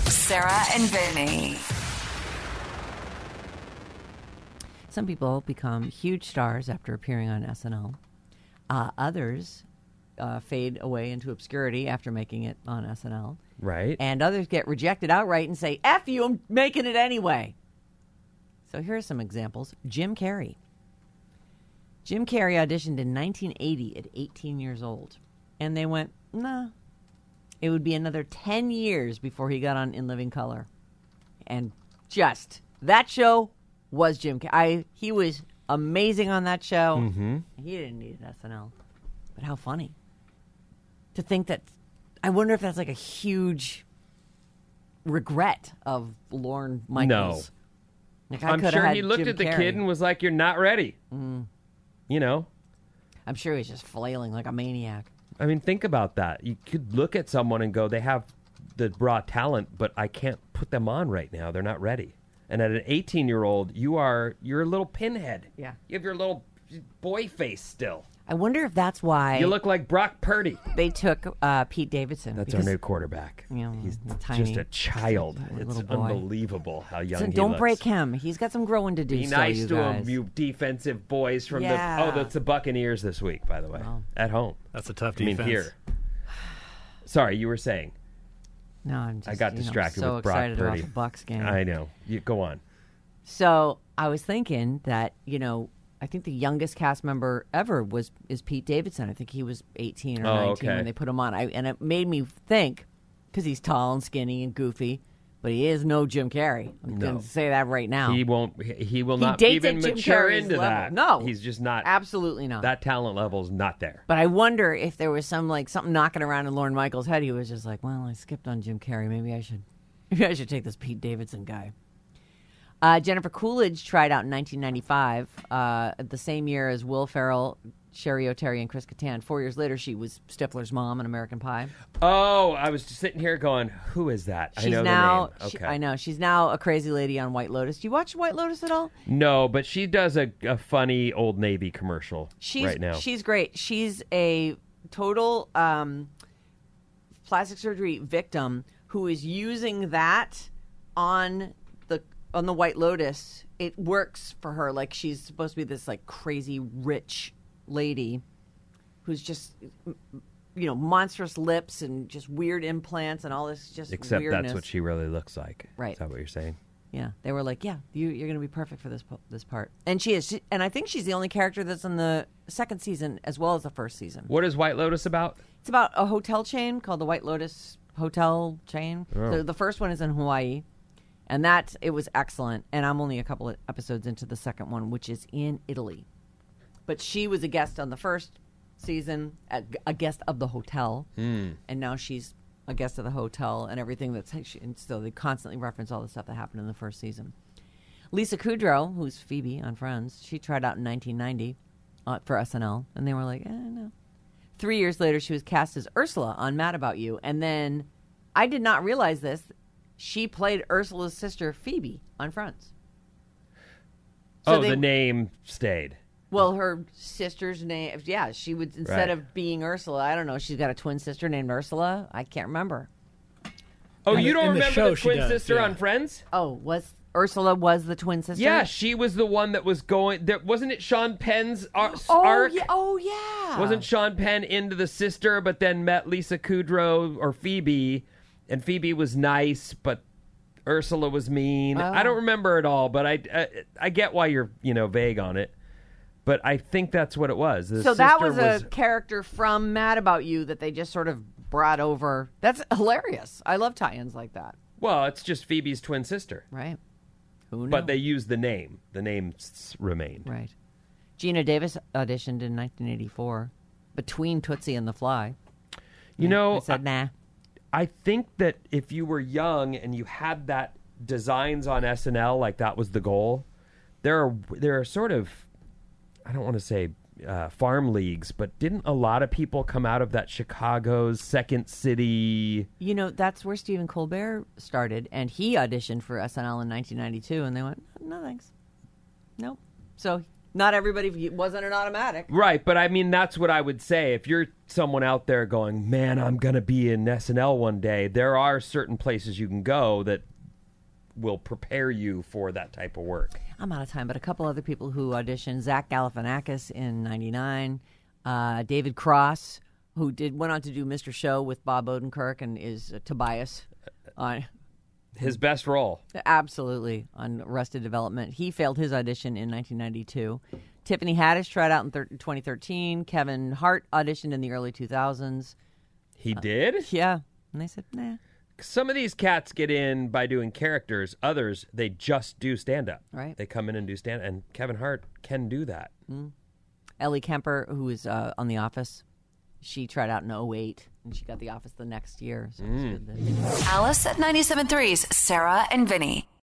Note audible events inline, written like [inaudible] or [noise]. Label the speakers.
Speaker 1: Sarah and Vinny.
Speaker 2: Some people become huge stars after appearing on SNL. Uh, others uh, fade away into obscurity after making it on SNL.
Speaker 3: Right.
Speaker 2: And others get rejected outright and say, F you, I'm making it anyway. So here are some examples Jim Carrey. Jim Carrey auditioned in 1980 at 18 years old. And they went, nah. It would be another 10 years before he got on In Living Color. And just that show was Jim Carrey. I, he was amazing on that show. Mm-hmm. He didn't need SNL. But how funny to think that. I wonder if that's like a huge regret of Lorne Michaels. Like, I
Speaker 3: I'm
Speaker 2: coulda
Speaker 3: sure
Speaker 2: had
Speaker 3: he looked
Speaker 2: Jim
Speaker 3: at the
Speaker 2: Carrey. Mm.
Speaker 3: kid and was like, "You're not ready." You know,
Speaker 2: I'm sure he's just flailing like a maniac.
Speaker 3: I mean, think about that. You could look at someone and go, "They have the raw talent, but I can't put them on right now. They're not ready." And at an 18 year old, you are you're a little pinhead.
Speaker 2: Yeah.
Speaker 3: you have your little boy face still.
Speaker 2: I wonder if that's why
Speaker 3: You look like Brock Purdy.
Speaker 2: they took uh, Pete Davidson.
Speaker 3: That's
Speaker 2: because-
Speaker 3: our new quarterback.
Speaker 2: Yeah,
Speaker 3: He's
Speaker 2: he's tiny.
Speaker 3: just a child. It's
Speaker 2: little boy.
Speaker 3: unbelievable how young
Speaker 2: So
Speaker 3: he
Speaker 2: don't
Speaker 3: looks.
Speaker 2: break him. He's got some growing to do.
Speaker 3: Be
Speaker 2: still,
Speaker 3: nice
Speaker 2: you
Speaker 3: to
Speaker 2: guys.
Speaker 3: him, you defensive boys from
Speaker 2: Yeah.
Speaker 3: the. Oh, that's the Buccaneers this week, by the way, at home.
Speaker 4: That's a tough
Speaker 3: I mean,
Speaker 4: defense.
Speaker 3: here. Sorry, you were saying.
Speaker 2: No, I'm just,
Speaker 3: I got
Speaker 2: you know,
Speaker 3: distracted
Speaker 2: so
Speaker 3: with Brock
Speaker 2: excited
Speaker 3: Purdy.
Speaker 2: about the Bucks game.
Speaker 3: I know. You go on.
Speaker 2: So I was thinking that you know I think the youngest cast member ever was is Pete Davidson. I think he was 18 or
Speaker 3: Oh,
Speaker 2: 19
Speaker 3: okay.
Speaker 2: when they put him on. I, and it made me think because he's tall and skinny and goofy, but he is no Jim Carrey. I'm going to say that right now.
Speaker 3: He won't. He he will
Speaker 2: Oh. He
Speaker 3: not
Speaker 2: dates
Speaker 3: even
Speaker 2: at Jim
Speaker 3: mature
Speaker 2: Carrey's
Speaker 3: into
Speaker 2: level.
Speaker 3: that.
Speaker 2: No.
Speaker 3: he's just not.
Speaker 2: Absolutely not.
Speaker 3: That talent level's not there.
Speaker 2: But I wonder if there was some like something knocking around in Lauren Michaels' head. He was just like, "Well, I skipped on Jim Carrey. Maybe I should, [laughs] maybe I should take this Pete Davidson guy." Uh, Jennifer Coolidge tried out in 1995, uh, the same year as Will Ferrell, Sherry O'Terry, and Chris Kattan. Four years later, she was Stifler's mom in American Pie.
Speaker 3: Oh, I was just sitting here going, "Who is that?"
Speaker 2: She's
Speaker 3: I know
Speaker 2: now,
Speaker 3: the name.
Speaker 2: she-
Speaker 3: Okay,
Speaker 2: I know she's now a crazy lady on White Lotus. Do you watch White Lotus at all?
Speaker 3: No, but she does a, a funny old Navy commercial
Speaker 2: She's
Speaker 3: right now.
Speaker 2: she's great. She's a total um, plastic surgery victim who is using that on the on the White Lotus. It works for her. Like she's supposed to be this like crazy rich lady who's just you know monstrous lips and just weird implants and all this just
Speaker 3: Except
Speaker 2: weirdness.
Speaker 3: that's what she really looks like.
Speaker 2: Right.
Speaker 3: Is that what you're saying?
Speaker 2: Yeah, they were like, "Yeah, you, you're going to be perfect for this po- this part," and she is. She, and I think she's the only character that's in the second season as well as the first season.
Speaker 3: What is White Lotus about?
Speaker 2: It's about a hotel chain called the White Lotus Hotel Chain. So the first one is in Hawaii, and that it was excellent. And I'm only a couple of episodes into the second one, which is in Italy. But she was a guest on the first season, a, a guest of the hotel, and now she's a guest of the hotel and everything that's. And so they constantly reference all the stuff that happened in the first season. Lisa Kudrow, who's Phoebe on Friends, she tried out in 1990 uh, for SNL, and they were like, eh, no. Three years later, she was cast as Ursula on Mad About You. And then I did not realize this. She played Ursula's sister, Phoebe, on Friends. So
Speaker 3: oh,
Speaker 2: they-
Speaker 3: the name stayed.
Speaker 2: Well, her sister's name, yeah, she would, instead
Speaker 3: Right.
Speaker 2: of being Ursula, I don't know, she's got a twin sister named Ursula. I can't remember.
Speaker 3: Oh,
Speaker 4: In
Speaker 3: you
Speaker 4: the-
Speaker 3: don't
Speaker 4: in the
Speaker 3: remember
Speaker 4: show
Speaker 3: the
Speaker 4: she
Speaker 3: twin
Speaker 4: does,
Speaker 3: sister
Speaker 4: yeah.
Speaker 3: on Friends?
Speaker 2: Oh, was Ursula was the twin sister?
Speaker 3: Yeah, she was the one that was going. That wasn't it. Sean Penn's ar- s-
Speaker 2: Oh,
Speaker 3: arc.
Speaker 2: yeah. Oh, yeah.
Speaker 3: Wasn't Sean Penn into the sister, but then met Lisa Kudrow or Phoebe, and Phoebe was nice, but Ursula was mean.
Speaker 2: Oh.
Speaker 3: I don't remember it all, but I, I I get why you're you know vague on it, but I think that's what it was. The
Speaker 2: So that
Speaker 3: sister
Speaker 2: was a character from Mad About You that they just sort of brought over. That's hilarious. I love tie-ins like that.
Speaker 3: well, it's just Phoebe's twin sister,
Speaker 2: Right. Who knew?
Speaker 3: but they used the name. The name s- remained.
Speaker 2: right. Gina Davis auditioned in 1984 between Tootsie and The Fly.
Speaker 3: You know,
Speaker 2: I said, nah.
Speaker 3: I think that if you were young and you had that designs on SNL, like that was the goal, there are there are sort of I don't want to say uh, farm leagues, but didn't a lot of people come out of that Chicago's second city?
Speaker 2: You know, that's where Stephen Colbert started, and he auditioned for SNL in 1992, and they went, no, thanks. Nope. So Not everybody wasn't an automatic.
Speaker 3: Right, but I mean that's what I would say. If you're someone out there going, "Man, I'm going to be in SNL one day," there are certain places you can go that will prepare you for that type of work.
Speaker 2: I'm out of time, but a couple other people who auditioned: Zach Galifianakis in '99, uh, David Cross, who did went on to do Mr. Show with Bob Odenkirk and is uh, Tobias on
Speaker 3: His best role.
Speaker 2: absolutely on Arrested Development. He failed his audition in 1992. Tiffany Haddish tried out in thir- 2013. Kevin Hart auditioned in the early 2000s.
Speaker 3: He did?
Speaker 2: Yeah, and they said nah.
Speaker 3: Some of these cats get in by doing characters, others they just do stand up.
Speaker 2: Right.
Speaker 3: They come in and do stand and Kevin Hart can do that.
Speaker 2: Ellie Kemper, who was uh, on The Office, she tried out in 08 and she got The Office the next year. So it was good that-
Speaker 1: Alice at 97.3's Sarah and Vinny.